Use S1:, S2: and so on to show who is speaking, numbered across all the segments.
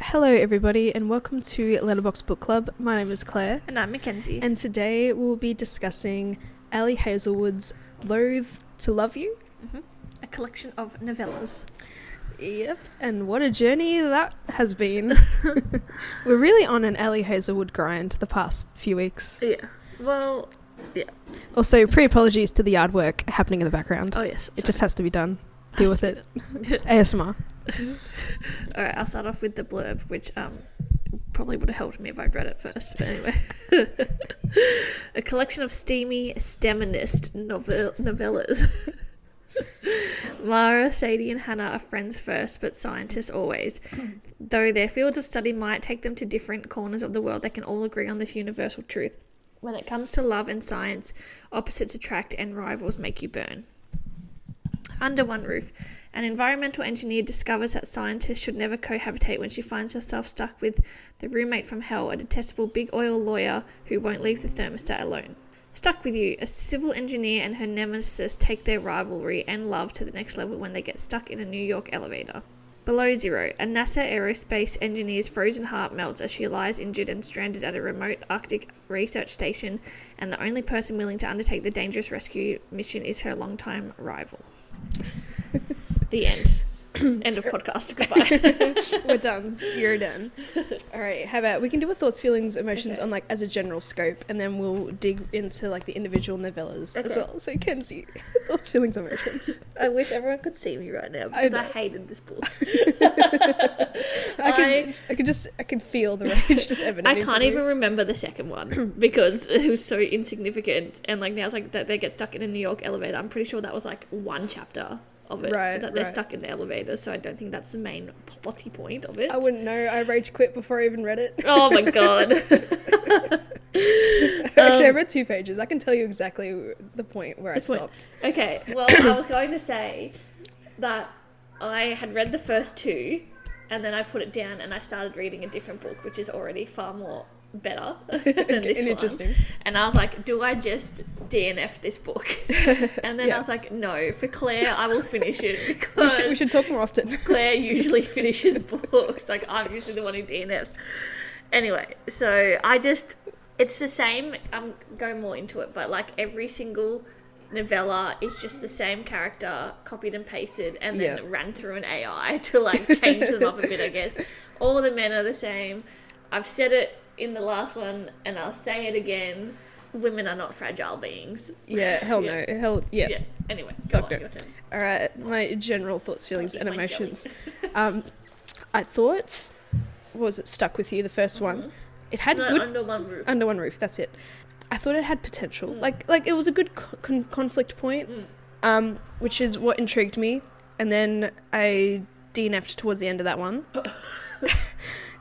S1: Hello, everybody, and welcome to Letterbox Book Club. My name is Claire,
S2: And I'm Mackenzie.
S1: and today we'll be discussing Ali Hazelwood's "Loath to Love You."
S2: Mhm. a collection of novellas.
S1: Yep, and what a journey that has been. We're really on an Ali Hazelwood grind the past few weeks.
S2: Yeah. Well,
S1: Also, pre-apologies to the yard work happening in the background.
S2: oh yes.
S1: It just has to be done. Deal with it. ASMR.
S2: All right, I'll start off with the blurb, which um, probably would have helped me if I'd read it first. But anyway, a collection of steamy staminist novel- novellas. Mara, Sadie, and Hannah are friends first, but scientists always. Though their fields of study might take them to different corners of the world, they can all agree on this universal truth. When it comes to love and science, opposites attract and rivals make you burn. Under one roof, an environmental engineer discovers that scientists should never cohabitate when she finds herself stuck with the roommate from hell, a detestable big oil lawyer who won't leave the thermostat alone. Stuck with you, a civil engineer and her nemesis take their rivalry and love to the next level when they get stuck in a New York elevator. Below Zero, a NASA aerospace engineer's frozen heart melts as she lies injured and stranded at a remote Arctic research station, and the only person willing to undertake the dangerous rescue mission is her longtime rival. the end. end of podcast. Goodbye.
S1: We're done. You're done. All right. How about we can do a thoughts, feelings, emotions
S2: Okay.
S1: on like as a general scope, and then we'll dig into like the individual novellas as
S2: Okay.
S1: well. So Kenzie, thoughts, feelings, emotions.
S2: I wish everyone could see me right now
S1: I
S2: because I,
S1: know.
S2: hated this book.
S1: I can I, can just I can feel the rage just evident.
S2: I
S1: in
S2: can't
S1: you.
S2: even remember the second one because it was so insignificant. And like now it's like that they get stuck in a New York elevator. I'm pretty sure that was like one chapter of it
S1: Right,
S2: that they're
S1: right.
S2: stuck in the elevator. So I don't think that's the main plotty point of it.
S1: I wouldn't know. I rage quit before I even read it.
S2: Oh my god.
S1: Actually, I read two pages. I can tell you exactly the point where I
S2: Um, The point.
S1: stopped.
S2: Okay, well, I was going to say that I had read the first two and then I put it down and I started reading a different book, which is already far more better than this
S1: and
S2: one.
S1: interesting.
S2: And I was like, do I just DNF this book? And then
S1: Yeah.
S2: I was like, no, for Claire, I will finish it
S1: We
S2: because
S1: should, we should talk more often.
S2: Claire usually finishes books. Like I'm usually the one who DNFs. Anyway, so I just it's the same. I'm going more into it, but like every single novella is just the same character copied and pasted and then
S1: Yeah.
S2: ran through an AI to like change them up a bit, I guess. All the men are the same. I've said it in the last one and I'll say it again. Women are not fragile beings.
S1: yeah. Hell no. Hell yeah.
S2: Yeah. Anyway, go
S1: Fuck
S2: on,
S1: it.
S2: your turn.
S1: All right, my general thoughts, feelings,
S2: Eat
S1: and
S2: my
S1: emotions. um, I thought, what was it stuck with you? The 1st one, it had
S2: No,
S1: good
S2: under one roof.
S1: under one roof. That's it. I thought it had potential. Like like it was a good co- con- conflict point,
S2: Mm.
S1: um, which is what intrigued me. And then I DNF'd towards the end of that one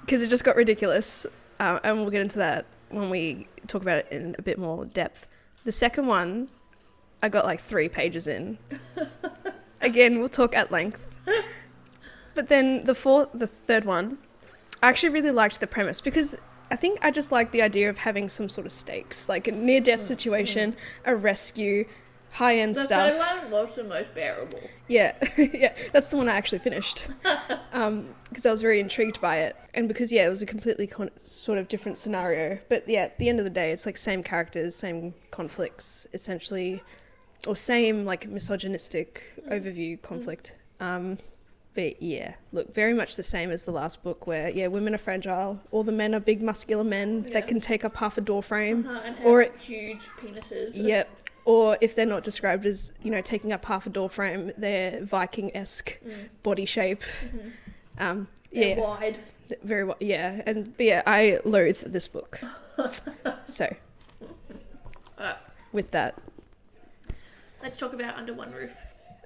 S1: because it just got ridiculous. Uh, and we'll get into that when we talk about it in a bit more depth. The second one, I got like three pages in. Again, we'll talk at length. But then the fourth, the third one, I actually really liked the premise because I think I just like the idea of having some sort of stakes, like a near death situation, a rescue, high end
S2: the
S1: stuff.
S2: third one was the most bearable.
S1: Yeah, yeah, that's the one I actually finished because I was very intrigued by it, and because yeah, it was a completely con- sort of different scenario. But yeah, at the end of the day, it's like same characters, same conflicts, essentially, or same like misogynistic overview conflict. Um, but yeah, look, very much the same as the last book, where yeah, women are fragile, all the men are big muscular men
S2: Yeah.
S1: that can take up half a door frame.
S2: Uh, and have
S1: Or it-
S2: huge penises.
S1: Yep. Or if they're not described as, you know, taking up half a door frame, they're Viking esque
S2: Mm. mm-hmm.
S1: body shape. Um,
S2: They're
S1: yeah,
S2: wide.
S1: very well. Yeah, and but yeah, I loathe this book. so,
S2: Alright.
S1: with that,
S2: Let's talk about Under One Roof.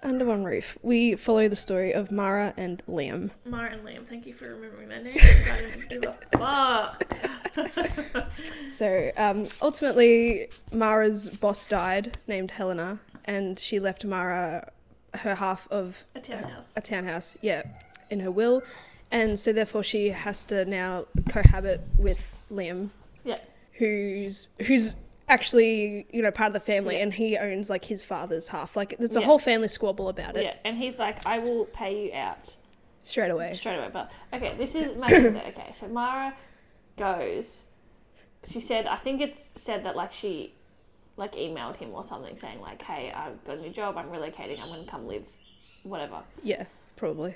S1: under one roof, we follow the story of Mara and Liam.
S2: Mara and Liam, thank you for remembering their names. 'cause I don't give a fuck.
S1: So, um, ultimately, Mara's boss died, named Helena, and she left Mara her half of
S2: A townhouse.
S1: a townhouse, yeah, in her will, and so therefore she has to now cohabit with Liam,
S2: Yeah.
S1: who's who's actually you know part of the family,
S2: Yeah.
S1: and he owns like his father's half. Like there's a
S2: Yeah.
S1: whole family squabble about it.
S2: Yeah. And he's like, I will pay you out.
S1: straight away.
S2: straight away. But okay, this is my okay. So Mara goes. She said, I think it's said that like she, like emailed him or something saying like, hey, I've got a new job. I'm relocating. I'm gonna come live, whatever.
S1: Yeah, probably.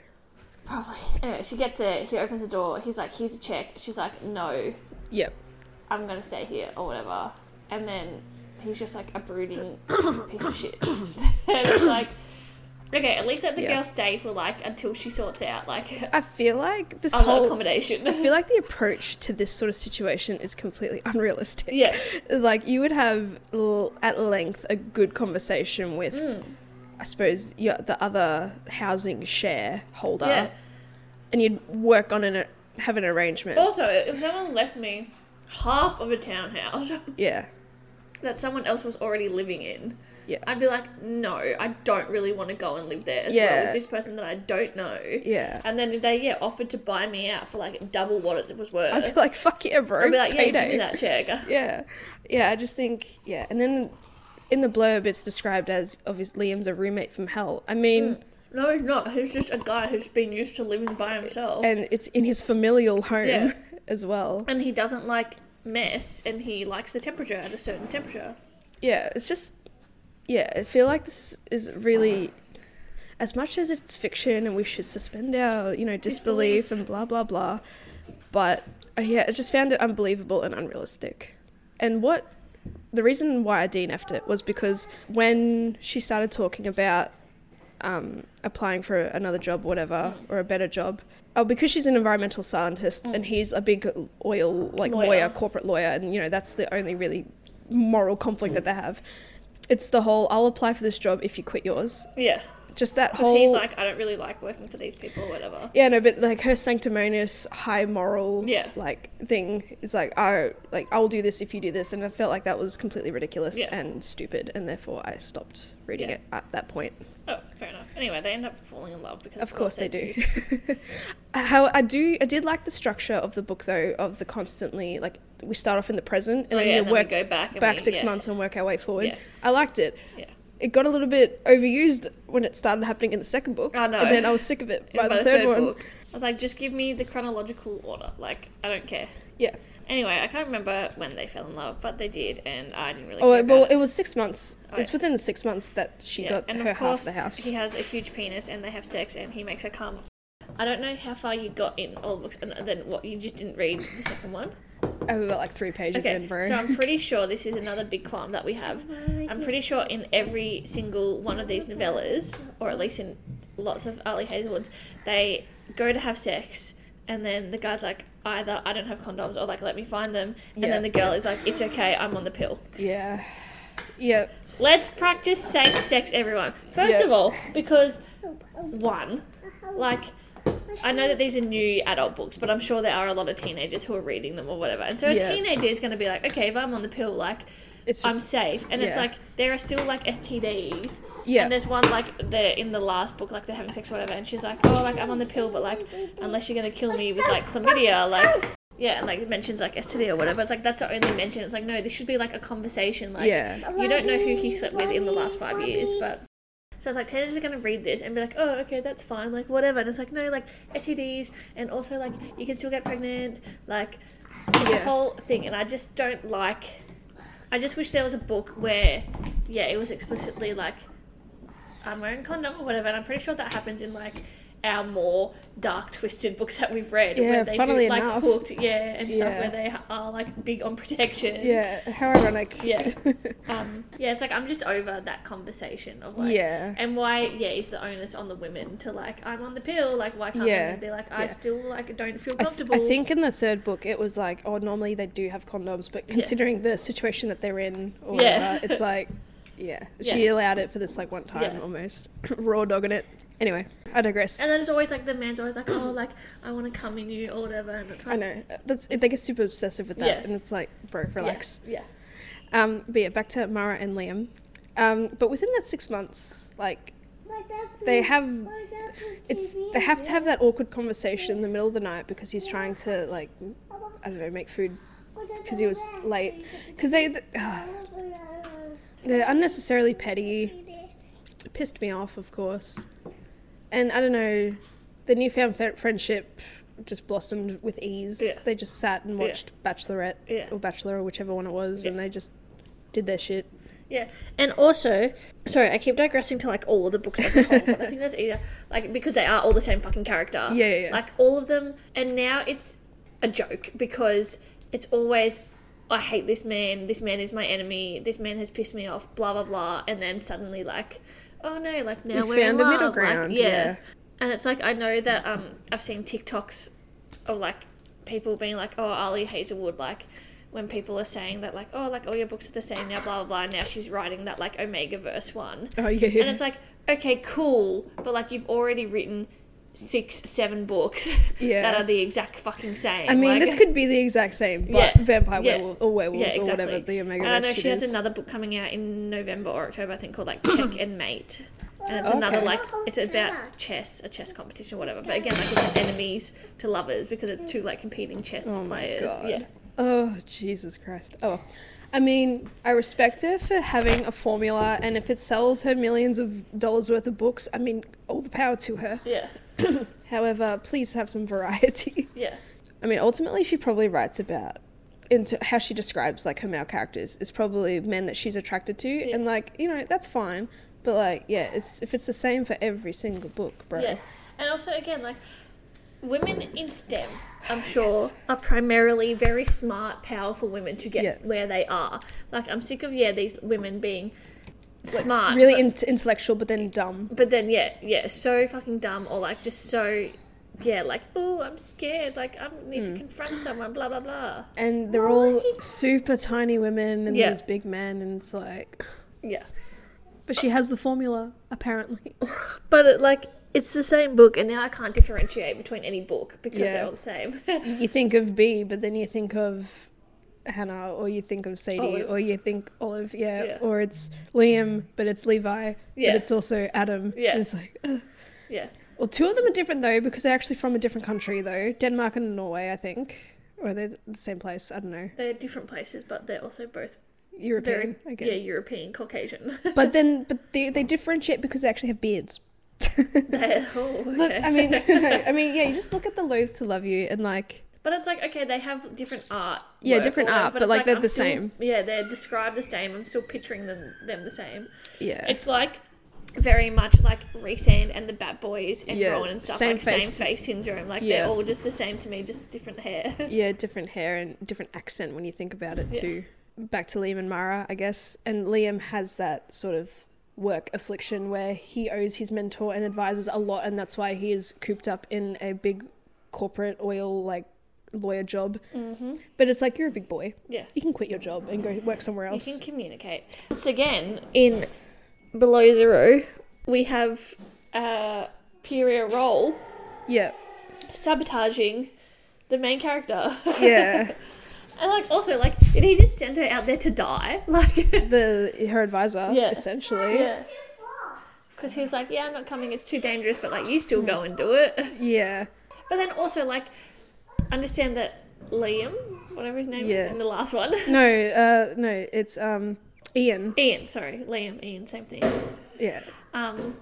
S2: Probably. Anyway, she gets it. He opens the door. He's like, here's a check. She's like, no,
S1: Yep.
S2: I'm gonna stay here or whatever. And then he's just like a brooding piece of shit. and it's like, okay, at least let the
S1: Yeah.
S2: girl stay for like until she sorts out like
S1: I feel like this
S2: other
S1: whole.
S2: accommodation.
S1: I feel like the approach to this sort of situation is completely unrealistic.
S2: yeah.
S1: Like you would have l- at length a good conversation with,
S2: Mm.
S1: I suppose, your, the other housing shareholder,
S2: Yeah.
S1: and you'd work on an have an arrangement.
S2: Also, if someone left me half of a townhouse
S1: Yeah,
S2: that someone else was already living in,
S1: Yeah.
S2: I'd be like, no, I don't really want to go and live there as well
S1: Yeah.
S2: with this person that I don't know.
S1: yeah.
S2: And then if they yeah offered to buy me out for like double what it was worth,
S1: I'd be like, fuck yeah, bro.
S2: I'd be like, yeah, give me
S1: payday." Mm.
S2: that check.
S1: yeah, yeah. I just think, yeah. And then in the blurb, it's described as obviously Liam's a roommate from hell. I mean,
S2: No, he's not. He's just a guy who's been used to living
S1: Eh,
S2: by himself,
S1: and it's in his familial home
S2: Oh. Yeah.
S1: as well.
S2: and he doesn't like mess, and he likes the temperature at a certain temperature.
S1: Yeah, it's just, yeah. I feel like this is really, as much as it's fiction and we should suspend our, you know, disbelief,
S2: Disbelief.
S1: and blah blah blah, but uh, yeah, I just found it unbelievable and unrealistic. And what the reason why I DNF'd it was because when she started talking about um, applying for another job, whatever, or a better job. Oh, because she's an environmental scientist and he's a big oil like
S2: Mm. Lawyer.
S1: lawyer. corporate lawyer, and you know that's the only really moral conflict that they have. It's the whole I'll apply for this job if you quit yours.
S2: Yeah,
S1: Just that
S2: because
S1: whole
S2: he's like, I don't really like working for these people or whatever.
S1: yeah, no, but like her sanctimonious high moral
S2: Yeah.
S1: like thing is like I like I'll do this if you do this, and I felt like that was completely ridiculous
S2: Yeah.
S1: and stupid, and therefore I stopped reading
S2: Yeah.
S1: it at that point.
S2: Oh, fair enough. Anyway, they end up falling in love because
S1: Of course they do. Uh, How I do, I did like the structure of the book though, of the constantly like we start off in the present and
S2: Oh,
S1: then
S2: yeah,
S1: we
S2: and then we
S1: work
S2: go back and
S1: back
S2: we-
S1: six
S2: yeah.
S1: months and work our way forward.
S2: Yeah.
S1: I liked it.
S2: Yeah.
S1: It got a little bit overused when it started happening in the second book.
S2: I know.
S1: And then I was sick of it
S2: And
S1: by, the, third, one.
S2: book, I was like, just give me the chronological order. Like, I don't care.
S1: Yeah.
S2: Anyway, I can't remember when they fell in love, but they did, and I didn't really.
S1: Oh
S2: care about
S1: well,
S2: it.
S1: it was six months.
S2: Oh,
S1: it's
S2: yeah.
S1: within the six months that she
S2: Yeah,
S1: got
S2: and
S1: her
S2: of course,
S1: half of the house.
S2: He has a huge penis, and they have sex, and he makes her come. I don't know how far you got in all the books, and then what you just didn't read the second one.
S1: Oh, we got like three pages
S2: Okay,
S1: in, bro.
S2: so I'm pretty sure this is another big qualm that we have.
S1: Oh
S2: I'm pretty sure in every single one of these novellas, or at least in lots of Arlie Hazelwood's, they go to have sex, and then the guy's like, either I don't have condoms, or like let me find them, and
S1: Yeah.
S2: then the girl is like, it's okay, I'm on the pill.
S1: yeah. Yeah.
S2: Let's practice safe sex, everyone. First
S1: Yeah. Uh-huh.
S2: of all, because one, like, I know that these are new adult books, but I'm sure there are a lot of teenagers who are reading them or whatever. And so a
S1: Yeah.
S2: teenager is going to be like, okay, if I'm on the pill, like,
S1: It's
S2: I'm
S1: just-
S2: safe. And it's
S1: yeah.
S2: like, there are still like STDs.
S1: Yeah.
S2: And there's one like the in the last book, like they're having sex, or whatever, and she's like, oh, like I'm on the pill, but like unless you're gonna kill me with like chlamydia, like yeah, and like it mentions like STD or whatever. It's like that's the only mention. It's like no, this should be like a conversation. Like
S1: Yeah.
S2: you don't know who he slept with in the last five years, but. So it's like teenagers are gonna read this and be like, oh, okay, that's fine, like whatever. And it's like, no, like STDs, and also like you can still get pregnant, like it's a
S1: Yeah.
S2: whole thing. And I just don't like. I just wish there was a book where, yeah, it was explicitly like, I'm wearing condom or whatever. And I'm pretty sure that happens in like our more dark, twisted books that we've read,
S1: Yeah,
S2: where they do
S1: funnily
S2: like
S1: enough.
S2: hooked, yeah, and stuff
S1: Yeah.
S2: where they are like big on protection.
S1: Yeah. How ironic.
S2: Yeah. Um, yeah, it's like I'm just over that conversation of like,
S1: Yeah.
S2: and why, yeah, is the onus on the women to like, I'm on the pill, like why can't
S1: Yeah.
S2: women be like, I
S1: Yeah.
S2: still like don't feel
S1: I, th-
S2: comfortable.
S1: I think in the third book it was like, oh, normally they do have condoms, but considering the situation that they're in, or
S2: Yeah.
S1: whatever, it's like, yeah. she
S2: Yeah.
S1: allowed it for this like one time
S2: Yeah.
S1: almost, raw dogging it. Anyway, I digress.
S2: And then it's always like the man's always like, oh, like I want to come in you or whatever, and it's like,
S1: I know that's they get super obsessive with that,
S2: Yeah.
S1: and it's like, bro,
S2: yeah,
S1: relax.
S2: Yeah,
S1: Um, but yeah, back to Mara and Liam. Um, but within that six months, like they have, it's they have to have that awkward conversation in the middle of the night because he's trying to like, I don't know, make food because he was late. Because they, ugh, they're unnecessarily petty. It pissed me off, of course. And I don't know. The newfound fe- friendship just blossomed with ease.
S2: Yeah.
S1: They just sat and
S2: Yeah.
S1: watched Bachelorette
S2: Yeah.
S1: or Bachelor or whichever one it was, and they just did their shit.
S2: Yeah, and also, sorry, I keep digressing to like all of the books as a whole, but I think that's either like because they are all the same fucking character.
S1: Yeah, yeah, yeah.
S2: Like all of them, and now it's a joke because it's always, I hate this man. This man is my enemy. This man has pissed me off. Blah blah blah, and then suddenly like, oh no, like now
S1: We
S2: we are
S1: found
S2: in
S1: a middle
S2: love, like,
S1: ground, yeah.
S2: and it's like I know that um I've seen TikToks of like people being like, oh Ali Hazelwood, like when people are saying that like, oh like all your books are the same now, blah blah blah. And now she's writing that like Omega Verse one,
S1: Oh yeah,
S2: and it's like okay, cool, but like you've already written six, seven books
S1: Yeah.
S2: that are the exact fucking same.
S1: I mean,
S2: like,
S1: this could be the exact same, but
S2: Yeah.
S1: vampire
S2: Yeah.
S1: werewolf or werewolves or whatever the Omega
S2: And I know
S1: Verse
S2: she
S1: shit
S2: has
S1: is.
S2: another book coming out in November or October, I think, called like Check and Mate. And it's another
S1: Oh, Okay.
S2: like it's about chess, a chess competition or whatever. But again, like it's enemies to lovers because it's two like competing chess
S1: Oh my
S2: players.
S1: God.
S2: Yeah.
S1: Oh, Jesus Christ. Oh, I mean, I respect her for having a formula, and if it sells her millions of dollars worth of books, I mean, all the power to her.
S2: Yeah.
S1: However, please have some variety.
S2: Yeah.
S1: I mean, ultimately, she probably writes about into how she describes like her male characters is probably men that she's attracted to, and like you know that's fine. But like, yeah, it's if it's the same for every single book, bro.
S2: Yeah. And also again, like women in STEM, I'm sure, are primarily very smart, powerful women to get
S1: Yeah.
S2: where they are. Like I'm sick of yeah, these women being smart.
S1: Really
S2: but-
S1: int intellectual, but then dumb.
S2: But then, yeah, yeah, so fucking dumb, or like just so, yeah, like, oh, I'm scared, like, I need
S1: Hmm.
S2: to confront someone, blah, blah, blah.
S1: and they're all super tiny women and
S2: Yeah.
S1: these big men and it's like
S2: Yeah.
S1: but she has the formula apparently
S2: But it, like, it's the same book, and now I can't differentiate between any book because
S1: Yeah.
S2: they're all the same.
S1: you think of b but then you think of hannah or you think of sadie
S2: Olive.
S1: or you think olive yeah,
S2: Yeah.
S1: or it's liam but it's levi
S2: Yeah.
S1: but it's also adam
S2: Yeah.
S1: and it's like ugh.
S2: yeah.
S1: well two of them are different though because they're actually from a different country though denmark and norway i think or they're the same place i don't know
S2: They're different places, but they're also both
S1: european
S2: very,
S1: i guess
S2: yeah, European, Caucasian.
S1: but then but they, they differentiate because they actually have beards
S2: They're- oh,
S1: Look,
S2: okay.
S1: I mean, no, I mean, yeah. You just look at the loath to love you, and like,
S2: But it's like okay, they have different art.
S1: Yeah,
S2: work
S1: different
S2: or whatever,
S1: art, but,
S2: it's
S1: like, they're
S2: I'm
S1: the
S2: still-
S1: same.
S2: Yeah, they're described the same. I'm still picturing them them the same.
S1: yeah,
S2: It's like very much like Resand and the Bat Boys and
S1: Yeah,
S2: Rowan and stuff
S1: same
S2: like same
S1: face.
S2: face syndrome. Like
S1: Yeah.
S2: they're all just the same to me, just different hair.
S1: yeah, different hair and different accent when you think about it
S2: Yeah.
S1: too. Back to Liam and Mara, I guess, and Liam has that sort of work affliction where he owes his mentor and advisors a lot, and that's why he is cooped up in a big corporate oil like lawyer job.
S2: mm-hmm.
S1: But it's like you're a big boy.
S2: Yeah.
S1: You can quit your job and go work somewhere
S2: You
S1: else.
S2: can communicate. Once again, in Below Zero, we have uh Pyria Roll
S1: Yeah,
S2: sabotaging the main character.
S1: yeah.
S2: and like also like did he just send her out there to die? Like
S1: the her advisor,
S2: Yeah.
S1: essentially.
S2: Yeah. Because he was like, yeah, I'm not coming, it's too dangerous, but like, you still go and do it.
S1: yeah.
S2: But then also, like, understand that Liam, whatever his name is
S1: Yeah.
S2: in the last one,
S1: No, uh, no, it's um, Ian.
S2: Ian, sorry, Liam, Ian, same thing.
S1: Yeah,
S2: Um,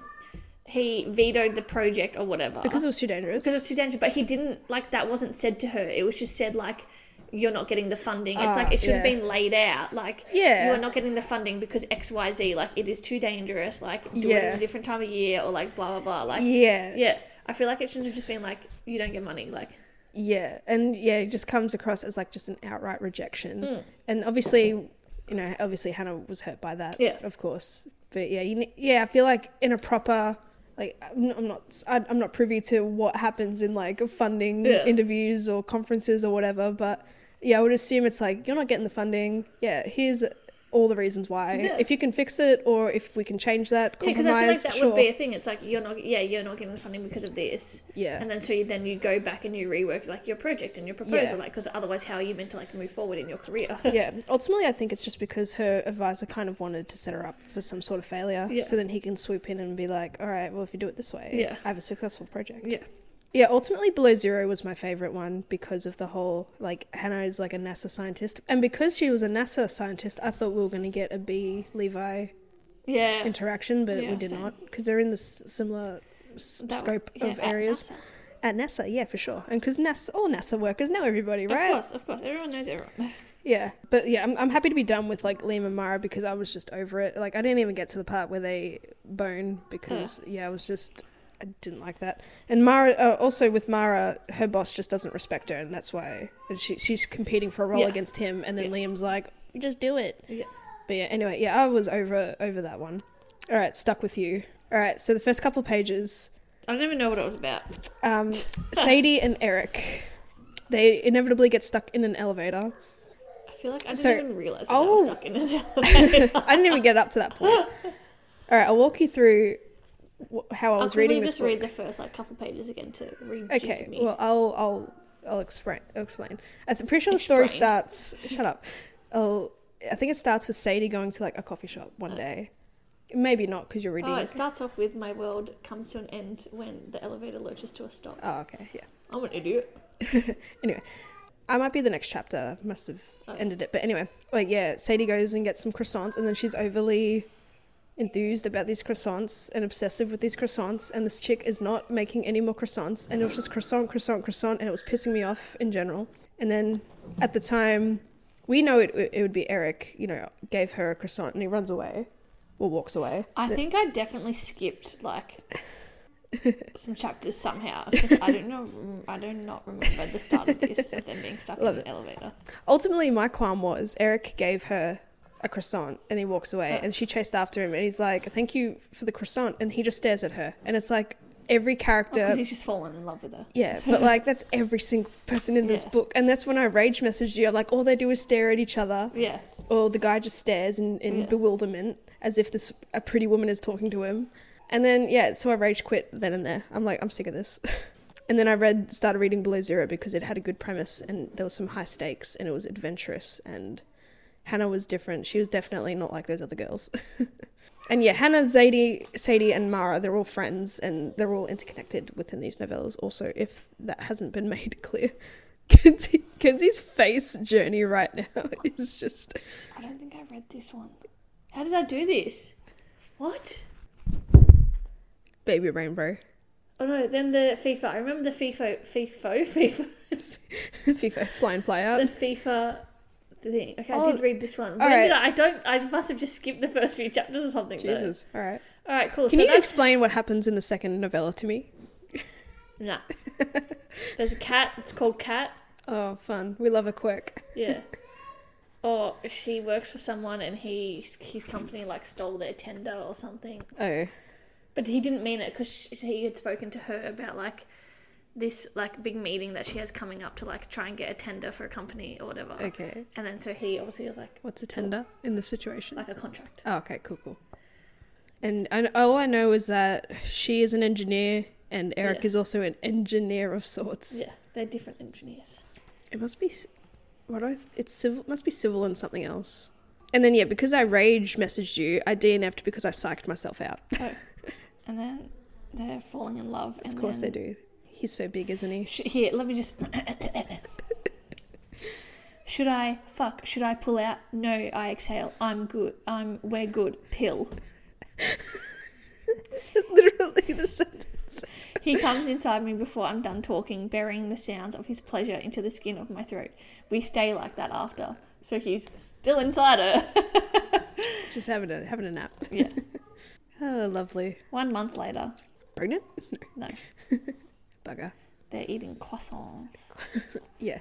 S2: he vetoed the project or whatever
S1: because it was too dangerous.
S2: because it's too dangerous. But he didn't like that wasn't said to her. It was just said like. You're not getting the funding. It's
S1: Ah,
S2: like it should have
S1: yeah.
S2: been laid out. Like
S1: Yeah.
S2: you are not getting the funding because X, Y, Z. Like it is too dangerous. Like do it
S1: Yeah.
S2: at a different time of year or like blah blah blah. Like
S1: yeah, yeah,
S2: yeah. I feel like it shouldn't have just been like you don't get money. Like
S1: and yeah, it just comes across as like just an outright rejection.
S2: Hmm.
S1: And obviously, you know, obviously Hannah was hurt by that.
S2: Yeah.
S1: of course. But yeah, you, ne- yeah, I feel like in a proper like I'm not- I'm not I- I'm not privy to what happens in like funding
S2: Yeah.
S1: interviews or conferences or whatever. But yeah, I would assume it's like you're not getting the funding. Yeah, here's all the reasons why.
S2: Yeah.
S1: If you can fix it or if we can change that,
S2: Yeah,
S1: compromise.
S2: because I feel like that
S1: sure.
S2: would be a thing. It's like you're not, yeah, you're not getting the funding because of this,
S1: Yeah.
S2: and then so you, then you go back and you rework like your project and your proposal,
S1: Yeah.
S2: like because otherwise, how are you meant to like move forward in your career?
S1: yeah. Ultimately, I think it's just because her advisor kind of wanted to set her up for some sort of failure.
S2: Yeah.
S1: So then he can swoop in and be like, all right, well, if you do it this way,
S2: Yeah.
S1: I have a successful project.
S2: yeah,
S1: Yeah, ultimately, Below Zero was my favorite one because of the whole, like, Hannah is like a NASA scientist. And because she was a NASA scientist, I thought we were going to get a B Levi
S2: yeah,
S1: interaction, but
S2: Yeah,
S1: we did
S2: same.
S1: not because they're in this similar s-
S2: That-
S1: scope
S2: yeah,
S1: of
S2: at
S1: areas
S2: NASA.
S1: at NASA. yeah, for sure. And because NASA, all NASA workers know everybody, right?
S2: Of course, of course. Everyone knows everyone.
S1: Yeah, but yeah, I'm, I'm happy to be done with like Liam and Mara because I was just over it. Like I didn't even get to the part where they bone because
S2: Hmm.
S1: yeah, I was just I didn't like that. And Mara uh, also with Mara, her boss just doesn't respect her, and that's why and she she's competing for a role
S2: Yeah.
S1: against him. And then Liam's like, just do it.
S2: Yeah.
S1: But yeah, anyway, yeah, I was over over that one. All right, stuck with you. All right, so the first couple pages,
S2: I don't even know what it was about.
S1: um, Sadie and Eric, they inevitably get stuck in an elevator.
S2: I feel like I didn't
S1: So-
S2: even realize that I was
S1: oh.
S2: stuck in an elevator.
S1: I didn't even get up to that point. All right, I'll walk you through wh- how I
S2: I'll
S1: was reading
S2: probably
S1: this
S2: just read
S1: book.
S2: the first like couple pages again to read.
S1: okay,
S2: me.
S1: well, I'll I'll I'll explain. I'll explain. I'm th- pretty sure the story
S2: Explain.
S1: starts. Shut up. Oh, I think it starts with Sadie going to like a coffee shop one day. Maybe not because you're reading.
S2: Uh. Oh,
S1: Oh,
S2: it starts off with my world comes to an end when the elevator lurches to a stop.
S1: Oh, okay, yeah.
S2: I'm an idiot.
S1: Anyway, I might be the next chapter. Must have
S2: Okay.
S1: ended it, but anyway, like yeah, Sadie goes and gets some croissants, and then she's overly enthused about these croissants and obsessive with these croissants, and this chick is not making any more croissants, and it was just croissant, croissant, croissant, and it was pissing me off in general. And then at the time, we know it, it would be Eric, you know, gave her a croissant, and he runs away, or walks away.
S2: I think I definitely skipped like some chapters somehow because I don't know. I do not remember the start of this of them being stuck
S1: Love
S2: in an elevator.
S1: Ultimately, my qualm was Eric gave her a croissant and he walks away,
S2: Oh.
S1: and she chased after him, and he's like, "Thank you for the croissant," and he just stares at her, and it's like every character.
S2: Because Oh, he's just fallen in love with her.
S1: yeah, but like that's every single person in this
S2: Yeah.
S1: book, and that's when I rage messaged you. I'm like, all they do is stare at each other,
S2: Yeah.
S1: or the guy just stares in, in
S2: Yeah.
S1: bewilderment as if this a pretty woman is talking to him. And then yeah, so I rage quit then and there. I'm like, I'm sick of this. and then I read started reading Below Zero because it had a good premise and there was some high stakes and it was adventurous and Hannah was different. She was definitely not like those other girls. and yeah, Hannah, Zadie, Sadie, and Mara, they're all friends and they're all interconnected within these novellas. Also, if that hasn't been made clear. Kenzie, Kenzie's face journey right now is just
S2: I don't think I read this one. How did I do this? What?
S1: Baby Rainbow.
S2: Oh no, then the FIFA. I remember the FIFA, FIFO, FIFA,
S1: FIFA, fly and fly
S2: the
S1: out.
S2: FIFA thing. Okay, I
S1: Oh,
S2: did read this one.
S1: all
S2: When did I? I don't. I must have just skipped the first few chapters or something. though.
S1: Jesus. All right.
S2: All right, cool.
S1: Can
S2: so
S1: you
S2: that's
S1: explain what happens in the second novella to me?
S2: nah. There's a cat. It's called Cat.
S1: Oh, fun. We love a quirk.
S2: Yeah. Or she works for someone and he his company like stole their tender or something.
S1: Oh.
S2: But he didn't mean it because he had spoken to her about like this like big meeting that she has coming up to like try and get a tender for a company or whatever.
S1: Okay.
S2: And then so he obviously was like
S1: What's a tender in this situation?
S2: like a contract.
S1: Oh, okay. Cool, cool. And I, all I know is that she is an engineer and Eric
S2: Yeah.
S1: is also an engineer of sorts.
S2: Yeah, they're different engineers.
S1: It must be. c- What do I? It's civil. Must be civil and something else. And then yeah, because I rage messaged you, I DNF'd because I psyched myself out.
S2: Oh. and then they're falling in love. And
S1: Of course they do. He's so big, isn't he?
S2: Sh- here, let me just. Should I fuck? Should I pull out? No, I exhale. I'm good. I'm we're good. Pill.
S1: Literally the sentence.
S2: He comes inside me before I'm done talking, burying the sounds of his pleasure into the skin of my throat. We stay like that after. So he's still inside her.
S1: Just having a having a nap.
S2: yeah.
S1: Oh, lovely.
S2: One month later,
S1: Pregnant?
S2: no,
S1: Bugger.
S2: they're eating croissants.
S1: Yeah.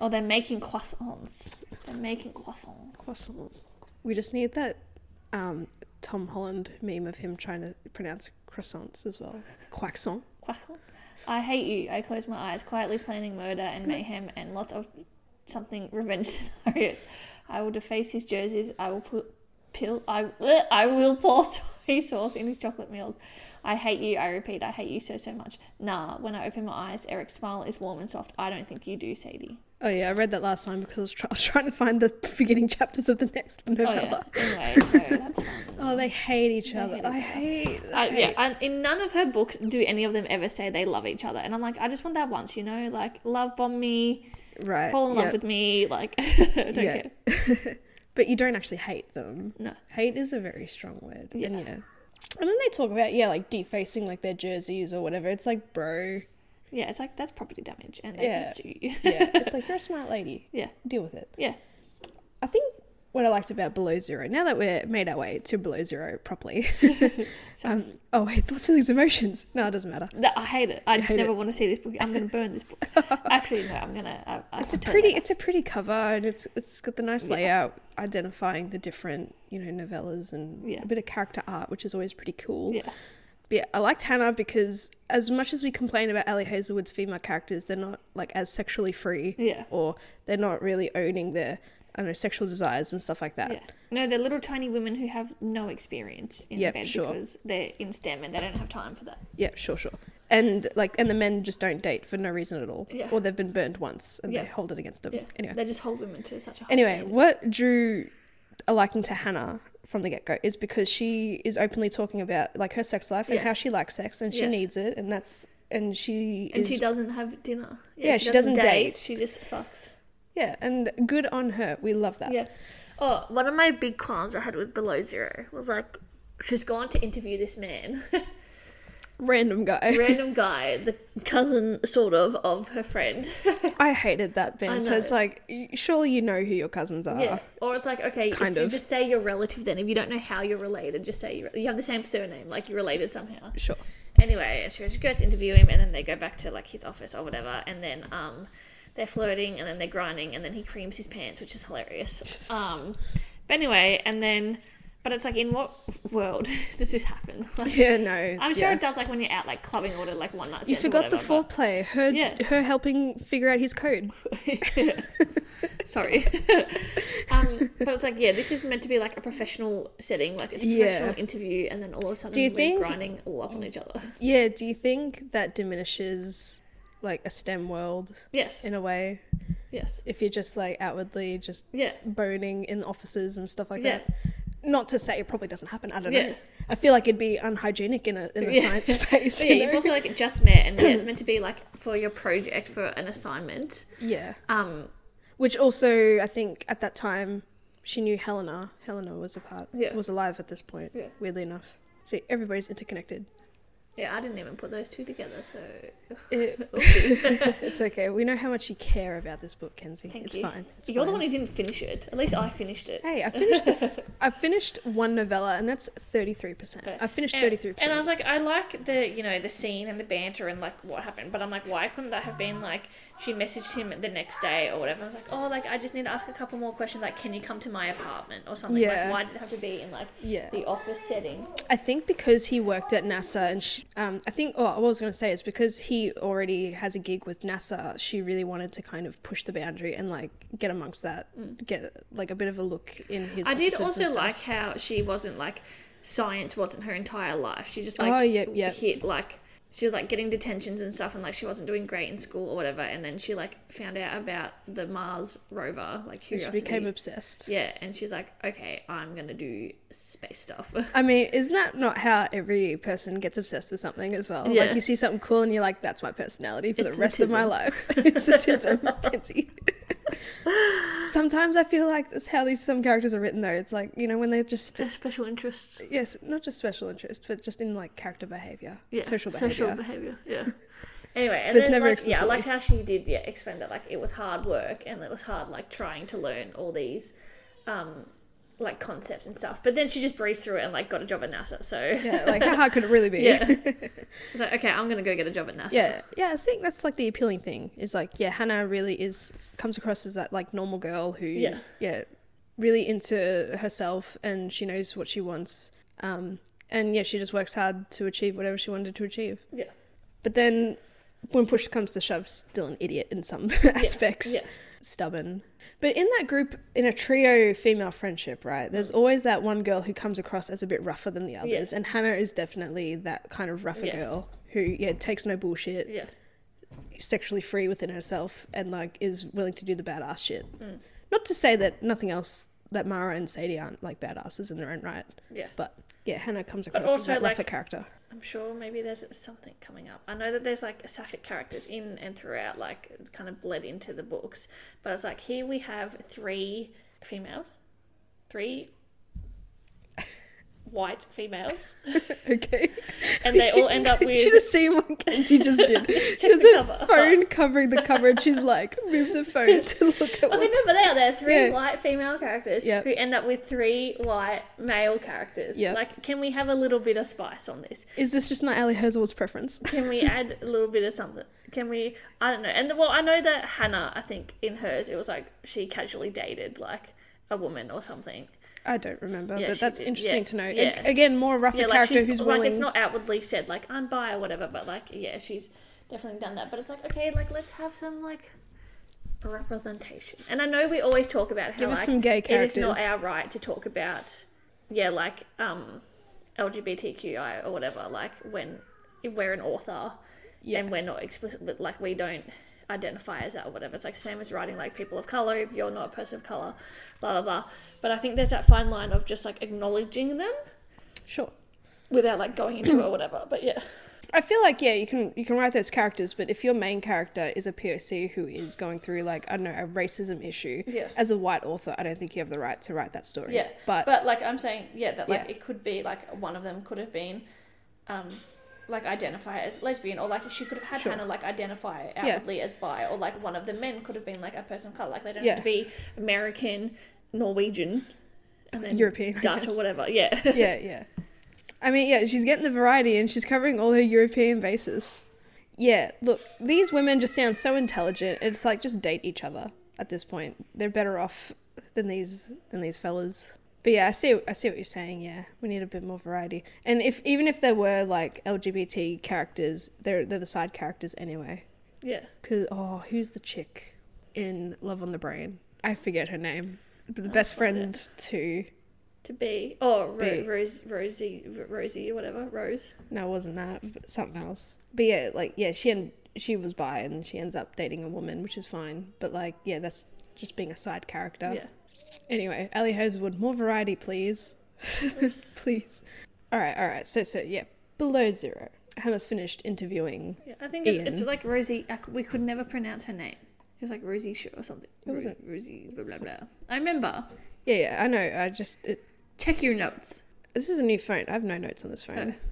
S2: Oh, they're making croissants. They're making croissants.
S1: Croissant. We just need that um, Tom Holland meme of him trying to pronounce croissants as well. Quaxon.
S2: Quackle. I hate you. I close my eyes, quietly planning murder and mayhem and lots of something revenge scenarios. I will deface his jerseys. I will put pill. I I will pour soy sauce in his chocolate milk. I hate you. I repeat. I hate you so so much. Nah. When I open my eyes, Eric's smile is warm and soft. I don't think you do, Sadie.
S1: Oh yeah, I read that last time because I was, try- I was trying to find the beginning chapters of the next
S2: Oh yeah.
S1: novella.
S2: Anyway, so that's
S1: Oh,
S2: fun.
S1: they hate each
S2: They
S1: other.
S2: hate
S1: I
S2: each other.
S1: hate.
S2: I,
S1: hate-
S2: yeah, and in none of her books do any of them ever say they love each other, and I'm like, I just want that once, you know, like love bomb me,
S1: Right.
S2: fall in
S1: uh, yeah.
S2: love with me. Like, I don't
S1: Yeah.
S2: care.
S1: But you don't actually hate them.
S2: No.
S1: Hate is a very strong word.
S2: Yeah.
S1: And yeah. And then they talk about yeah, like defacing like their jerseys or whatever. It's like, bro,
S2: Yeah, it's like that's property damage and they
S1: Yeah.
S2: can sue you.
S1: yeah, it's like you're a smart lady.
S2: Yeah.
S1: deal with it.
S2: Yeah.
S1: I think what I liked about Below Zero, now that we're made our way to Below Zero properly, um, oh wait, thoughts, feelings, emotions. No, it doesn't matter.
S2: That, I hate it. I,
S1: hate
S2: never
S1: it.
S2: want to see this book. I'm going to burn this book. Actually, no, I'm going to. I, I
S1: It's a
S2: I'll tell
S1: pretty,
S2: you
S1: it's a pretty cover, and it's it's got the nice
S2: Yeah.
S1: layout, identifying the different you know novellas and
S2: Yeah.
S1: a bit of character art, which is always pretty cool.
S2: later. Yeah.
S1: But yeah, I liked Hannah because as much as we complain about Ellie Hazelwood's female characters, they're not like as sexually free,
S2: Yeah.
S1: or they're not really owning their I don't know sexual desires and stuff like that.
S2: Yeah. No, they're little tiny women who have no experience in
S1: Yep,
S2: bed
S1: sure. Mm,
S2: because they're in STEM and they don't have time for that.
S1: Yeah, sure, sure. And like, and the men just don't date for no reason at all,
S2: Yeah.
S1: or they've been burned once and
S2: Yeah.
S1: they hold it against them.
S2: Yeah.
S1: Anyway,
S2: They just hold women to such a high
S1: anyway,
S2: standard.
S1: what drew a liking to Hannah from the get go is because she is openly talking about like her sex life and how
S2: Yes.
S1: she likes sex and she
S2: Yes.
S1: needs it, and that's and she
S2: And
S1: is
S2: she doesn't have dinner.
S1: Yeah, she doesn't date.
S2: She just fucks.
S1: yeah, and good on her. We love that.
S2: Yeah. Oh, one of my big qualms I had with Below Zero was like, she's gone to interview this man,
S1: Random guy.
S2: random guy, the cousin sort of of her friend.
S1: I hated that bit. So
S2: know.
S1: it's like, y- surely you know who your cousins are.
S2: Yeah. Or it's like, okay,
S1: Kind
S2: it's- you
S1: of.
S2: just say you're relative then. If you don't know how you're related, just say you're, you have the same surname, like you're related somehow.
S1: Sure.
S2: Anyway, so she goes to interview him, and then they go back to like his office or whatever, and then um, they're flirting, and then they're grinding, and then he creams his pants, which is hilarious. Um, but anyway, and then, but it's like, in what world does this happen? Like,
S1: Yeah, no.
S2: I'm sure
S1: yeah.
S2: it does like when you're out like clubbing or to, like one night.
S1: You
S2: stands or
S1: forgot the
S2: whatever, but-
S1: foreplay. Her,
S2: Yeah.
S1: her helping figure out his code.
S2: Sorry. um, but it's like, yeah, this is meant to be like a professional setting, like it's a
S1: Yeah.
S2: professional interview, and then all of a sudden
S1: Do you
S2: we're
S1: think-
S2: grinding all up on each other.
S1: Yeah, do you think that diminishes like a STEM world
S2: yes.
S1: in a way?
S2: Yes.
S1: If you're just like outwardly just
S2: Yeah.
S1: boning in offices and stuff like
S2: Yeah.
S1: that. Not to say it probably doesn't happen. I don't
S2: Yeah.
S1: know. I feel like it'd be unhygienic in a in a
S2: Yeah.
S1: science space.
S2: But
S1: you
S2: yeah, you've
S1: know?
S2: also like just met, and yeah, it's meant to be like for your project for an assignment.
S1: yeah.
S2: Um,
S1: Which also, I think at that time, she knew Helena. Helena was a part.
S2: Yeah.
S1: Was alive at this point.
S2: Yeah.
S1: Weirdly enough. See, everybody's interconnected.
S2: yeah, I didn't even put those two together, so
S1: It-
S2: Oopsies.
S1: it's okay. We know how much you care about this book, Kenzie.
S2: Thank
S1: it's
S2: you.
S1: fine. It's
S2: you're the
S1: fine.
S2: one who didn't finish it. At least I finished it.
S1: Hey, I finished the f- I finished one novella, and that's thirty three percent.
S2: But-
S1: I finished
S2: and-
S1: thirty three
S2: And I was
S1: percent.
S2: like, I like the you know the scene and the banter and like what happened, but I'm like, why couldn't that have been like she messaged him the next day or whatever? I was like, oh, like I just need to ask a couple more questions, like can you come to my apartment or something?
S1: Yeah.
S2: Like why did it have to be in like
S1: Yeah,
S2: the office setting?
S1: I think because he worked at NASA, and she, um, I think oh, what I was going to say is because he already has a gig with NASA. She really wanted to kind of push the boundary and like get amongst that, get like a bit of a look in his.
S2: Mm. I did
S1: offices and
S2: also
S1: stuff.
S2: like how she wasn't like science wasn't her entire life. She just like
S1: Oh, yep, yep.
S2: hit like she was like getting detentions and stuff and like she wasn't doing great in school or whatever and then she like found out about the Mars rover like
S1: she
S2: Curiosity.
S1: became obsessed.
S2: Yeah, and she's like, okay, I'm gonna do space stuff.
S1: I mean, isn't that not how every person gets obsessed with something as well?
S2: Yeah.
S1: Like you see something cool and you're like, "That's my personality for
S2: It's
S1: the rest of my
S2: nepotism.
S1: life." it's the tism, Kenzie. Sometimes I feel like that's how these some characters are written. Though it's like you know when they're just
S2: special interests.
S1: yes, not just special interest, but just in like character behavior,
S2: Yeah,
S1: social behavior.
S2: behavior. Yeah. Anyway, and
S1: But it's
S2: then
S1: never
S2: like, yeah, I
S1: explicitly.
S2: liked how she did yeah explain that like it was hard work and it was hard like trying to learn all these, um, like concepts and stuff. But then she just breezed through it and like got a job at NASA. So
S1: Yeah, like how hard could it really be?
S2: yeah, it's like okay, I'm gonna go get a job at NASA.
S1: yeah, yeah. I think that's like the appealing thing is like, yeah, Hannah really is comes across as that like normal girl who,
S2: Yeah.
S1: yeah, really into herself and she knows what she wants. Um, and yeah, she just works hard to achieve whatever she wanted to achieve.
S2: Yeah.
S1: But then, when push comes to shove, still an idiot in some aspects.
S2: yeah.
S1: Stubborn. But in that group, in a trio female friendship, right, there's
S2: Mm.
S1: always that one girl who comes across as a bit rougher than the others. And Hannah is definitely that kind of rougher
S2: Yeah.
S1: girl who, yeah, takes no bullshit,
S2: yeah,
S1: sexually free within herself, and, like, is willing to do the badass shit.
S2: Mm.
S1: Not to say that nothing else, that Mara and Sadie aren't, like, badasses in their own right.
S2: yeah.
S1: But, yeah, Hannah comes across as
S2: also,
S1: that rougher
S2: like-
S1: character.
S2: I'm sure maybe there's something coming up. I know that there's like sapphic characters in and throughout, like it's kind of bled into the books. But it's like here we have three females, three white females,
S1: Okay.
S2: and they all end up
S1: You
S2: with.
S1: should have seen what Kenzie just did.
S2: Check
S1: She has
S2: the
S1: a
S2: cover.
S1: phone covering the cover and she's like, move the phone to look at
S2: Well,
S1: what.
S2: remember they are there are three
S1: Yeah.
S2: white female characters
S1: Yep.
S2: who end up with three white male characters.
S1: Yep.
S2: Like, can we have a little bit of spice on this?
S1: Is this just not Ali Herzog's preference?
S2: Can we add a little bit of something? Can we? I don't know. And the, well, I know that Hannah, I think in hers, it was like she casually dated like a woman or something.
S1: I don't remember,
S2: Yeah,
S1: but
S2: she
S1: that's
S2: did,
S1: interesting
S2: yeah,
S1: to know.
S2: yeah.
S1: A- Again, more rougher
S2: yeah, like
S1: character
S2: she's
S1: who's
S2: like
S1: willing.
S2: it's not outwardly said like I'm bi or whatever, but like yeah, she's definitely done that. But it's like okay, like let's have some like representation. And I know we always talk about how
S1: Give us
S2: like,
S1: some gay
S2: It is not
S1: characters.
S2: our right to talk about yeah, like um LGBTQI or whatever. Like when if we're an author
S1: Yeah.
S2: and we're not explicit, but, like we don't identify as that or whatever. It's like same as writing like people of color. You're not a person of color, blah blah blah. But I think there's that fine line of just like acknowledging them
S1: Sure.
S2: without like going into it or whatever. But yeah,
S1: I feel like yeah, you can you can write those characters, but if your main character is a POC who is going through like I don't know a racism issue,
S2: Yeah.
S1: as a white author, I don't think you have the right to write that story.
S2: yeah.
S1: but,
S2: like I'm saying, yeah, that like
S1: Uh, Yeah.
S2: it could be like one of them could have been, um, like identify as lesbian or like she could have had
S1: Sure.
S2: Hannah like identify outwardly as bi or like one of the men could have been like a person of color. Like they don't
S1: Yeah.
S2: have to be American, Norwegian, and then
S1: European, I
S2: Dutch or
S1: guess.
S2: whatever. Yeah.
S1: yeah, yeah. I mean, yeah, she's getting the variety and she's covering all her European bases. Yeah, look, these women just sound so intelligent. It's like just date each other at this point. They're better off than these than these fellas. But yeah, I see I see what you're saying. Yeah, we need a bit more variety. And if even if there were like LGBT characters, they're they're the side characters anyway.
S2: yeah.
S1: Cause oh, who's the chick in Love on the Brain? I forget her name. But the best friend too.
S2: To be oh Ro-
S1: Be.
S2: Rose Rosie R- Rosie or whatever Rose.
S1: No, it wasn't that, but something else. But yeah, like yeah, she en- she was bi and she ends up dating a woman, which is fine. But like yeah, that's just being a side character.
S2: Yeah.
S1: Anyway, Ali Hosewood, more variety, please,
S2: Oops.
S1: please. All right, all right. So so yeah, below zero. Hannah's finished interviewing.
S2: Yeah, I think it's,
S1: Ian.
S2: it's like Rosie. I c- we could never pronounce her name. It was like Rosie Shaw or something.
S1: It
S2: Ro-
S1: wasn't.
S2: Rosie blah blah blah. I remember.
S1: Yeah, yeah. I know. I just it,
S2: Check your notes.
S1: this is a new phone. I have no notes on this phone.
S2: Oh.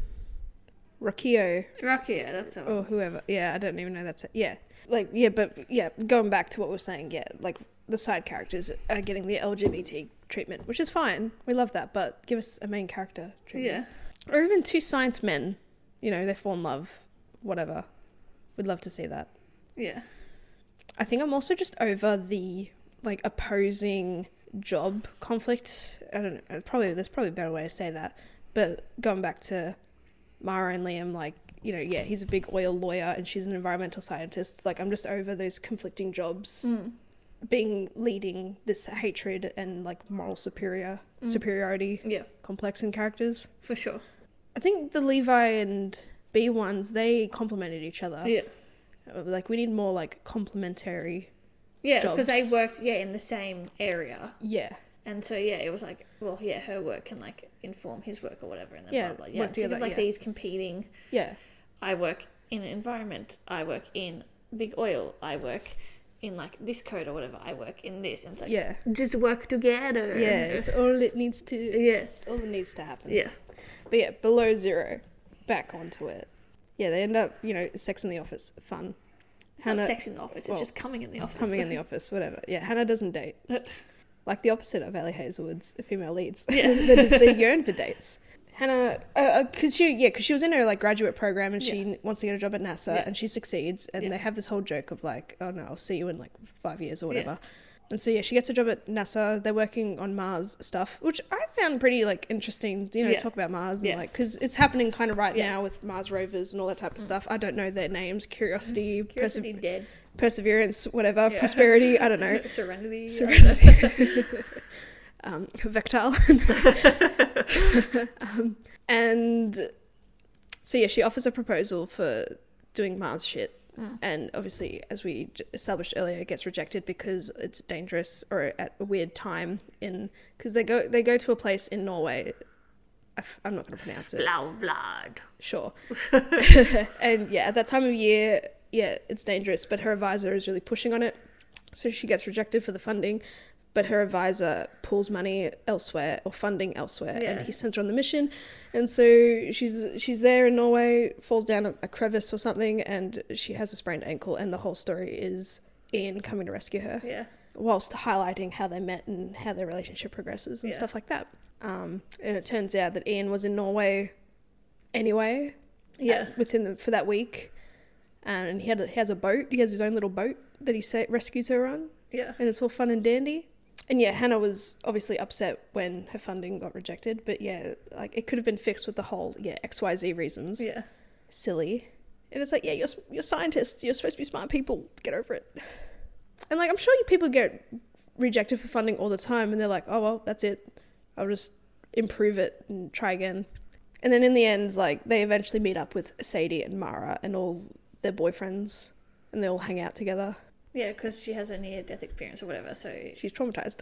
S1: Rocchio
S2: Rakia, that's the one.
S1: or whoever. Yeah, I don't even know that's it. Yeah. Like yeah, but yeah, going back to what we are saying, yeah, like the side characters are getting the LGBT treatment, which is fine. We love that, but give us a main character treatment.
S2: Yeah.
S1: Or even two science men, you know, they fall in love, whatever. We'd love to see that.
S2: Yeah.
S1: I think I'm also just over the like opposing job conflict. I don't know. Probably there's probably a better way to say that. But going back to Mara and Liam, like you know, yeah, he's a big oil lawyer and she's an environmental scientist. Like I'm just over those conflicting jobs
S2: Mm.
S1: being leading this hatred and like moral superior superiority
S2: Yeah.
S1: complex in characters.
S2: For sure.
S1: I think the Levi and B ones they complemented each other.
S2: Yeah.
S1: Like we need more like complementary.
S2: Yeah, because they
S1: Jobs.
S2: worked yeah in the same area,
S1: Yeah.
S2: and so yeah, it was like well yeah, her work can like inform his work or whatever, and then
S1: Yeah,
S2: blah blah. Yeah,
S1: work
S2: instead of
S1: together,
S2: like
S1: yeah.
S2: these competing.
S1: Yeah.
S2: I work in an environment. I work in big oil. I work in like this code or whatever. I work in this, and it's like
S1: Yeah.
S2: just work together.
S1: Yeah, it's all it needs to
S2: Yeah.
S1: all it needs to happen.
S2: Yeah.
S1: But yeah, below zero, back onto it. Yeah, they end up, you know, sex in the office, fun.
S2: It's not
S1: Hannah-
S2: sex in the office,
S1: well,
S2: it's just coming in the office.
S1: Coming in the office, whatever. Yeah, Hannah doesn't date. Like the opposite of Ellie Hazelwood's female leads.
S2: Yeah.
S1: they just they yearn for dates. Hannah, because uh 'cause she, yeah, because she was in her like graduate program and she n- wants to get a job at NASA
S2: Yeah.
S1: and she succeeds and
S2: Yeah.
S1: they have this whole joke of like, oh no, I'll see you in like five years or
S2: Yeah.
S1: whatever. And so yeah, she gets a job at NASA. They're working on Mars stuff, which I found pretty like interesting. You know,
S2: Yeah.
S1: talk about Mars and
S2: Yeah.
S1: like because it's happening kind of right
S2: Yeah. Mm.
S1: now with Mars rovers and all that type of stuff. I don't know their names: Curiosity, Perse-
S2: Curiosity dead.
S1: Perseverance, whatever,
S2: Yeah.
S1: Prosperity. I don't know.
S2: Serenity.
S1: um, Vectile. um, and so, yeah, she offers a proposal for doing Mars shit.
S2: Mm.
S1: And obviously, as we j- established earlier, it gets rejected because it's dangerous or at a weird time in because they go they go to a place in Norway. I f- I'm not going to pronounce it.
S2: Blau Vlad.
S1: Sure. and yeah, at that time of year, yeah, it's dangerous, but her advisor is really pushing on it. So she gets rejected for the funding. but her advisor pulls money elsewhere or funding elsewhere, and
S2: Yeah.
S1: he sent her on the mission. And so she's she's there in Norway, falls down a, a crevice or something, and she has a sprained ankle. And the whole story is Ian coming to rescue her
S2: Yeah.
S1: whilst highlighting how they met and how their relationship progresses and
S2: Yeah.
S1: stuff like that. Um, and it turns out that Ian was in Norway anyway,
S2: Yeah.
S1: at- within the, for that week, Um, and he had a, he has a boat. He has his own little boat that he sa- rescues her on,
S2: Yeah.
S1: and it's all fun and dandy. And yeah, Hannah was obviously upset when her funding got rejected, but yeah, like it could have been fixed with the whole yeah X Y Z reasons.
S2: Yeah.
S1: Silly. And it's like yeah, you're s- you're scientists. You're supposed to be smart people. Get over it. And like I'm sure you people get rejected for funding all the time, and they're like, oh well, that's it. I'll just improve it and try again. And then in the end, like they eventually meet up with Sadie and Mara and all their boyfriends, and they all hang out together.
S2: Yeah, because she has a near death experience or whatever. So
S1: She's traumatized.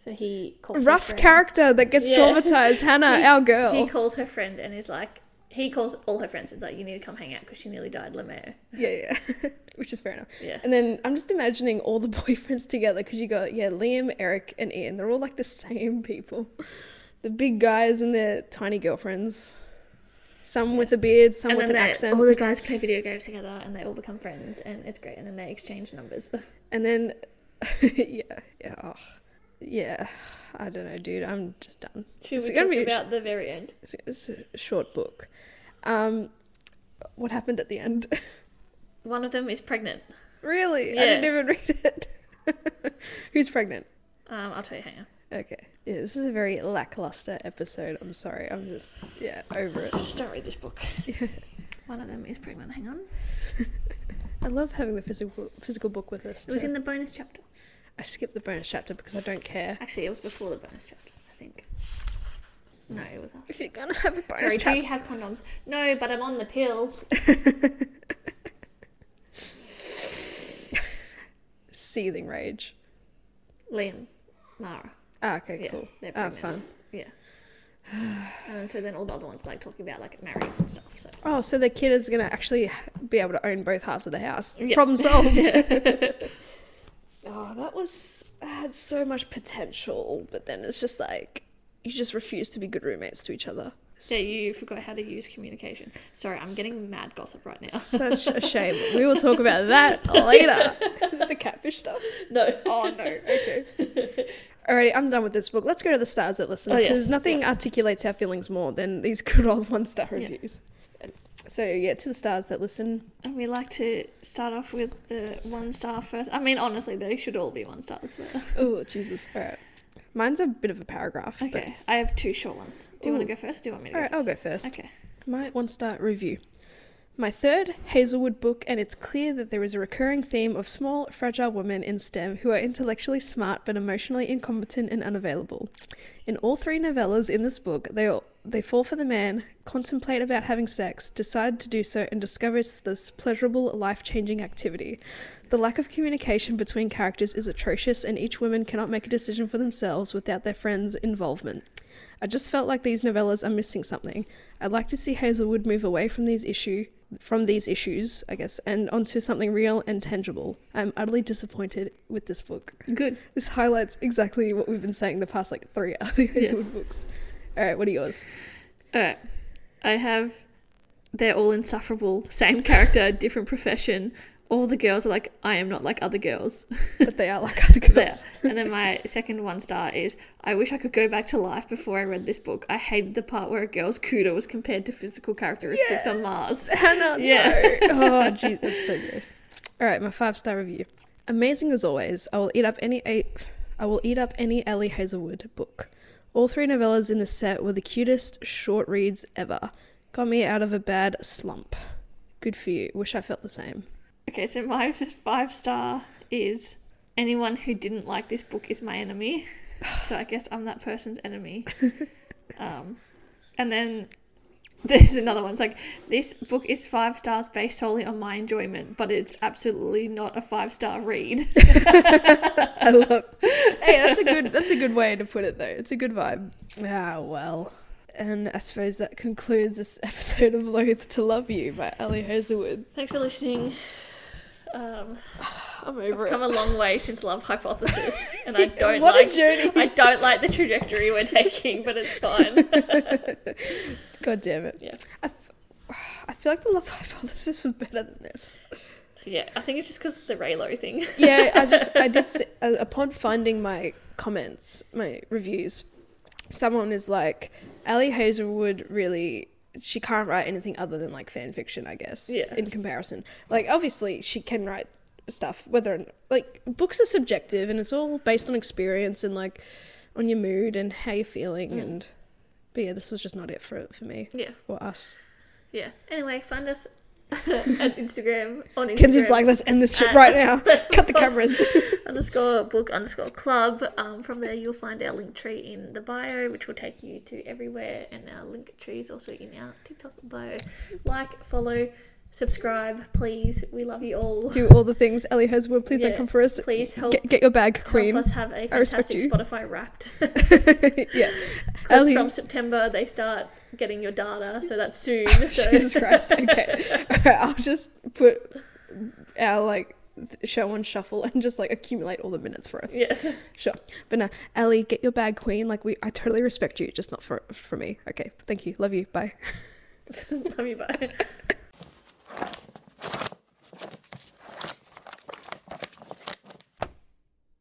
S2: so he calls her
S1: rough
S2: friend-
S1: character that gets
S2: Yeah.
S1: traumatized. Hannah,
S2: He-
S1: our girl.
S2: He calls her friend and is like, he calls all her friends and's like, you need to come hang out because she nearly died, Lemaire.
S1: yeah, yeah, which is fair enough.
S2: Yeah.
S1: And then I'm just imagining all the boyfriends together because you got yeah Liam, Eric, and Ian. They're all like the same people, the big guys and their tiny girlfriends. Some with a beard, some
S2: and
S1: with
S2: then
S1: an
S2: they-
S1: accent.
S2: all the guys play video games together and they all become friends and it's great. And then they exchange numbers.
S1: And then, yeah, yeah, oh, yeah. I don't know, dude. I'm just done.
S2: Should
S1: Is
S2: we
S1: it gonna
S2: talk
S1: be-
S2: about the very end?
S1: It's, it's a short book. Um, what happened at the end?
S2: One of them is pregnant.
S1: really? I
S2: Yeah.
S1: didn't even read it. Who's pregnant?
S2: Um, I'll tell you, hang on.
S1: Okay. Yeah, this is a very lackluster episode. I'm sorry. I'm just yeah over it.
S2: I'll just don't read this book. One of them is pregnant. Hang on.
S1: I love having the physical physical book with us.
S2: It was
S1: too.
S2: in the bonus chapter.
S1: I skipped the bonus chapter because I don't care.
S2: Actually, it was before the bonus chapter, I think. No, it was after.
S1: If you're gonna have a bonus
S2: Sorry, do
S1: chapter,
S2: you have condoms? No, but I'm on the pill.
S1: seething rage.
S2: Liam, Mara.
S1: Ah, okay,
S2: Yeah,
S1: cool.
S2: they're
S1: Ah,
S2: pregnant.
S1: fun.
S2: Yeah. and so then all the other ones like talking about like marriage and stuff. So
S1: Oh, so the kid is gonna actually be able to own both halves of the house.
S2: Yeah.
S1: Problem solved. oh, that was I had so much potential, but then it's just like you just refuse to be good roommates to each other.
S2: yeah, you forgot how to use communication. Sorry, I'm getting mad gossip right now.
S1: Such a shame. We will talk about that later. Is it the catfish stuff?
S2: No.
S1: Oh no. Okay. Alrighty, I'm done with this book. Let's go to the stars that listen
S2: Oh,
S1: because
S2: yes.
S1: nothing articulates our feelings more than these good old one star
S2: Yeah.
S1: reviews. So yeah, to the stars that listen.
S2: And we like to start off with the one star first. I mean, honestly, they should all be one stars. But...
S1: Oh Jesus! All right, mine's a bit of a paragraph.
S2: Okay, I have two short ones. Do you want
S1: Ooh.
S2: to go first? Or do you want me to
S1: All right,
S2: go
S1: I'll
S2: first?
S1: go first.
S2: Okay.
S1: My one star review. My third Hazelwood book, and it's clear that there is a recurring theme of small, fragile women in STEM who are intellectually smart but emotionally incompetent and unavailable. In all three novellas in this book, they all, they fall for the man, contemplate about having sex, decide to do so, and discovers this pleasurable, life changing activity. The lack of communication between characters is atrocious, and each woman cannot make a decision for themselves without their friends' involvement. I just felt like these novellas are missing something. I'd like to see Hazelwood move away from these issue from these issues, I guess, and onto something real and tangible. I'm utterly disappointed with this book.
S2: Good.
S1: This highlights exactly what we've been saying the past like three other Hazelwood books. All right, what are yours?
S2: All right. I have. They're all insufferable. Same character, different profession. All the girls are like, I am not like other girls.
S1: But they are like other
S2: there.
S1: girls.
S2: And then my second one star is I wish I could go back to life before I read this book. I hated the part where a girl's CUDA was compared to physical characteristics on Mars.
S1: Hannah,
S2: Yeah.
S1: no. Oh, jeez, that's so gross. All right, my five star review. Amazing as always. I will eat up any a- I will eat up any Ellie Hazelwood book. All three novellas in the set were the cutest short reads ever. Got me out of a bad slump. Good for you. Wish I felt the same.
S2: Okay, so my five star is anyone who didn't like this book is my enemy. So I guess I'm that person's enemy. Um, and then there's another one. It's like this book is five stars based solely on my enjoyment, but it's absolutely not a five star read.
S1: I love. hey, that's a good. That's a good way to put it, though. It's a good vibe. Ah, well. And I suppose that concludes this episode of Loath to Love You by Ellie Hazelwood.
S2: Thanks for listening. Um,
S1: I'm
S2: I've
S1: over
S2: come
S1: it.
S2: a long way since Love Hypothesis, and I don't
S1: what
S2: like
S1: a journey.
S2: I don't like the trajectory we're taking, but it's fine.
S1: God damn it.
S2: Yeah.
S1: I, f- I feel like the Love Hypothesis was better than this.
S2: yeah, I think it's just because of the Raylo thing.
S1: yeah, I just I did. See, uh, upon finding my comments, my reviews, someone is like, "Ali Hazelwood really." She can't write anything other than like fan fiction, I guess.
S2: Yeah.
S1: In comparison, like obviously she can write stuff. Whether or- like books are subjective and it's all based on experience and like on your mood and how you're feeling.
S2: Mm.
S1: And but yeah, this was just not it for for me
S2: Yeah,
S1: or us.
S2: yeah. Anyway, find us at Instagram on Instagram.
S1: Kenzie's like, let's end this shit
S2: Uh,
S1: right now. Cut the cameras.
S2: underscore book underscore club. Um, from there, you'll find our link tree in the bio, which will take you to everywhere, and our link tree is also in our TikTok bio. Like, follow, subscribe, please. We love you all.
S1: Do all the things, Ellie Hazelwood. Please
S2: Yeah,
S1: don't come for us.
S2: Please help.
S1: Get, get your bag,
S2: Help
S1: Queen.
S2: us have a
S1: I respect
S2: fantastic
S1: you.
S2: Spotify Wrapped.
S1: yeah.
S2: Because
S1: Ellie,
S2: from September they start getting your data, so that's soon. So
S1: Jesus Christ. Okay. All right, I'll just put our like th- show on shuffle and just like accumulate all the minutes for us.
S2: yes,
S1: Sure. But no, Ellie, get your bag, Queen. Like we, I totally respect you, just not for for me. Okay. Thank you. Love you. Bye.
S2: love you. Bye.